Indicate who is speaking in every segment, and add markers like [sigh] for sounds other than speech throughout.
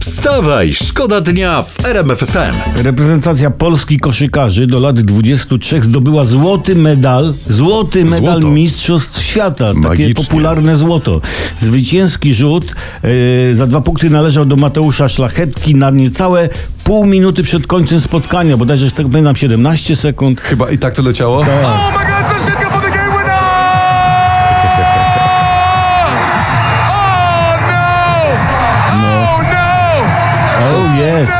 Speaker 1: Wstawaj, szkoda dnia w RMFFM.
Speaker 2: Reprezentacja Polski koszykarzy do lat 23 zdobyła złoty medal, złoty medal
Speaker 1: Złoto.
Speaker 2: Mistrzostw Świata, takie
Speaker 1: Magicznie.
Speaker 2: popularne złoto. Zwycięski rzut e, za dwa punkty należał do Mateusza Szlachetki na niecałe pół minuty przed końcem spotkania, bodajże tak pamiętam 17 sekund.
Speaker 1: Chyba i tak to leciało?
Speaker 3: Oh my God, it's a shit for the game winner! Oh no! Oh no!
Speaker 1: tak.
Speaker 2: Oh yes,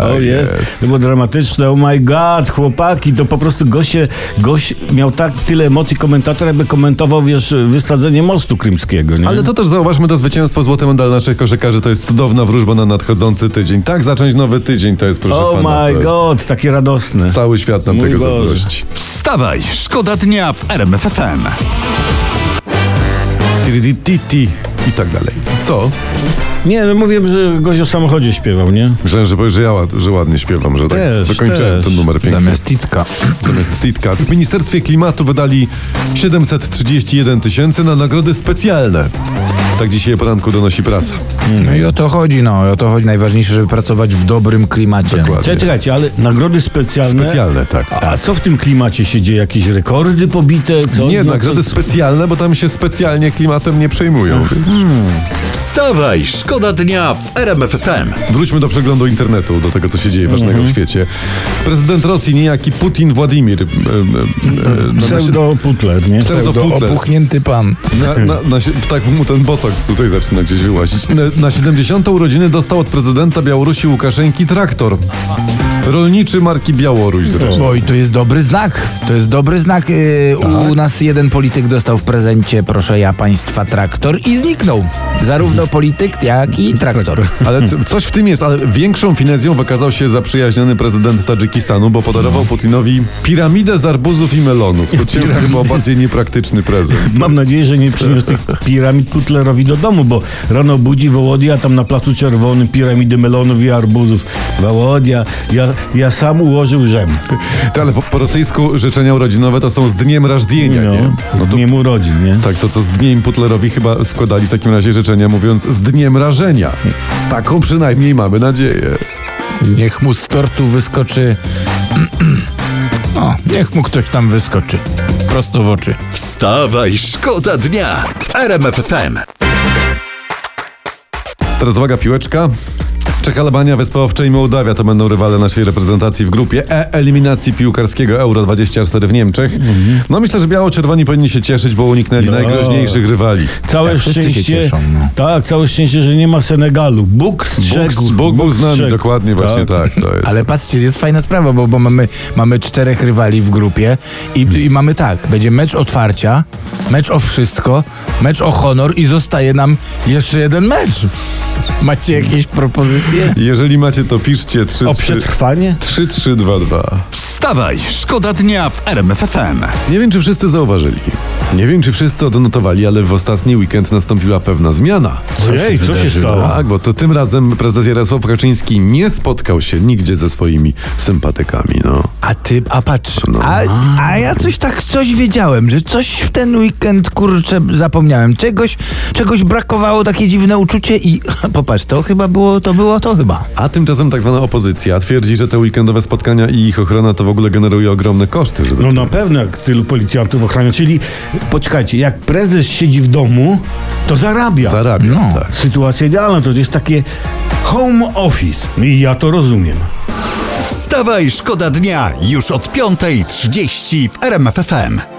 Speaker 2: oh yes. To było dramatyczne. Oh my god, chłopaki, to po prostu goście, gość miał tak tyle emocji komentator, jakby komentował, wiesz, wysadzenie mostu krymskiego, nie?
Speaker 4: Ale to też zauważmy to zwycięstwo złoty medal naszych koszykarzy. To jest cudowna wróżba na nadchodzący tydzień. Tak zacząć nowy tydzień to jest, proszę
Speaker 2: Oh
Speaker 4: pana. to
Speaker 2: my
Speaker 4: jest-
Speaker 2: god, takie radosne.
Speaker 4: Cały świat nam
Speaker 2: Mój
Speaker 4: tego
Speaker 2: Boże.
Speaker 4: zazdrości.
Speaker 1: Wstawaj, szkoda dnia w RMFFM.
Speaker 4: Tiri, ti, ti I tak dalej. Co?
Speaker 2: Nie, no mówię, że gość o samochodzie śpiewał, nie?
Speaker 4: Myślałem, że powiesz, że ja ład, że ładnie śpiewam, że tak
Speaker 2: Też,
Speaker 4: wykończyłem
Speaker 2: też. Tak.
Speaker 4: ten numer pięknie. Zamiast,
Speaker 5: Titka.
Speaker 4: titka. W Ministerstwie Klimatu wydali 731 tysięcy na nagrody specjalne. Tak dzisiaj poranku donosi prasa.
Speaker 5: No i o to chodzi, no. O to chodzi. Najważniejsze, żeby pracować w dobrym klimacie.
Speaker 4: Dokładnie.
Speaker 2: Czekaj, czekajcie, ale nagrody specjalne.
Speaker 4: Specjalne, tak.
Speaker 2: A co w tym klimacie się dzieje? Jakieś rekordy pobite? Co?
Speaker 4: Nie,
Speaker 2: No,
Speaker 4: nagrody
Speaker 2: co-
Speaker 4: specjalne, bo tam się specjalnie klimatem nie przejmują.
Speaker 1: Wstawaj, szkoda dnia w RMFFM.
Speaker 4: Wróćmy do przeglądu internetu, do tego, co się dzieje ważnego w świecie. Prezydent Rosji, niejaki Putin Władimir, e, e, e, na-
Speaker 2: Pseudo putler, nie?
Speaker 4: Pseudo-
Speaker 5: Do
Speaker 4: Putler.
Speaker 5: opuchnięty pan.
Speaker 4: na, na, na, si- tak mu ten botoks tutaj zaczyna gdzieś wyłazić. Na, na 70. urodziny dostał od prezydenta Białorusi Łukaszenki traktor. Rolniczy marki Białoruś zresztą.
Speaker 5: Oj, to jest dobry znak. To jest dobry znak. Yy, U nas jeden polityk dostał w prezencie, proszę ja państwa, traktor i zniknął. Zarówno polityk, jak i traktor.
Speaker 4: Ale co- coś w tym jest, ale większą finezją wykazał się zaprzyjaźniony prezydent Tadżykistanu, bo podarował Putinowi piramidę z arbuzów i melonów. To ciężko chyba o bardziej niepraktyczny prezent.
Speaker 2: Mam nadzieję, że nie przyniósł tych piramid Putlerowi do domu, bo rano budzi Wołodia, tam na Placu Czerwonym piramidy melonów i arbuzów. Wołodia, ja, ja sam ułożył rzem.
Speaker 4: Ty, Tak, Ale po, po rosyjsku życzenia urodzinowe to są z dniem rażdienia,
Speaker 2: No,
Speaker 4: nie? No
Speaker 2: z
Speaker 4: to,
Speaker 2: dniem urodzin, nie?
Speaker 4: tak, to co z dniem Putlerowi chyba składali w takim razie życzenia, mówiąc z dniem rażenia. Taką przynajmniej mamy nadzieję.
Speaker 5: [laughs] Niech mu z tortu wyskoczy. [clears throat] O, niech mu ktoś tam wyskoczy. Prosto w oczy.
Speaker 1: Wstawaj, szkoda dnia w RMFFM.
Speaker 4: Teraz uwaga, piłeczka. Czeka Albania, Wyspa Owcza i Mołdawia to będą rywale naszej reprezentacji w grupie E eliminacji piłkarskiego Euro 24 w Niemczech. No myślę, że biało-czerwoni powinni się cieszyć, bo uniknęli
Speaker 2: No.
Speaker 4: najgroźniejszych rywali.
Speaker 2: Całe
Speaker 5: Tak, wszyscy się
Speaker 2: szczęście.
Speaker 5: cieszą, no.
Speaker 2: Tak, całe szczęście, że nie ma Senegalu. Bóg strzegł.
Speaker 4: Bóg, Bóg był z nami,
Speaker 2: strzegł.
Speaker 4: dokładnie właśnie tak. to jest.
Speaker 5: Ale patrzcie, jest fajna sprawa, bo, bo mamy, mamy czterech rywali w grupie i, i mamy tak, będzie mecz otwarcia, mecz o wszystko, mecz o honor i zostaje nam jeszcze jeden mecz. Macie jakieś propozycje?
Speaker 4: Jeżeli macie, to piszcie
Speaker 2: O
Speaker 4: 3-3.
Speaker 2: przetrwanie?
Speaker 4: 3-3-2-2.
Speaker 1: Wstawaj, szkoda dnia w RMFFM.
Speaker 4: Nie wiem, czy wszyscy zauważyli. Nie wiem, czy wszyscy odnotowali, ale w ostatni weekend nastąpiła pewna zmiana.
Speaker 2: Ojej, co się stało?
Speaker 4: Tak, bo to tym razem prezes Jarosław Kaczyński nie spotkał się nigdzie ze swoimi sympatykami, no.
Speaker 5: A ty, a patrz, a, a ja coś tak, coś wiedziałem, że coś w ten weekend, kurczę, zapomniałem, czegoś, czegoś brakowało, takie dziwne uczucie i [laughs] popatrz, to chyba było, to było, to chyba.
Speaker 4: A tymczasem tak zwana opozycja twierdzi, że te weekendowe spotkania i ich ochrona to w ogóle generuje ogromne koszty. Żeby...
Speaker 2: No na pewno, jak tylu policjantów ochrania. Czyli, poczekajcie, jak prezes siedzi w domu, to zarabia.
Speaker 4: Zarabia,
Speaker 5: No.
Speaker 4: tak.
Speaker 2: Sytuacja idealna, to jest takie home office. I ja to rozumiem.
Speaker 1: Wstawaj, szkoda dnia już od 5.30 w RMFFM.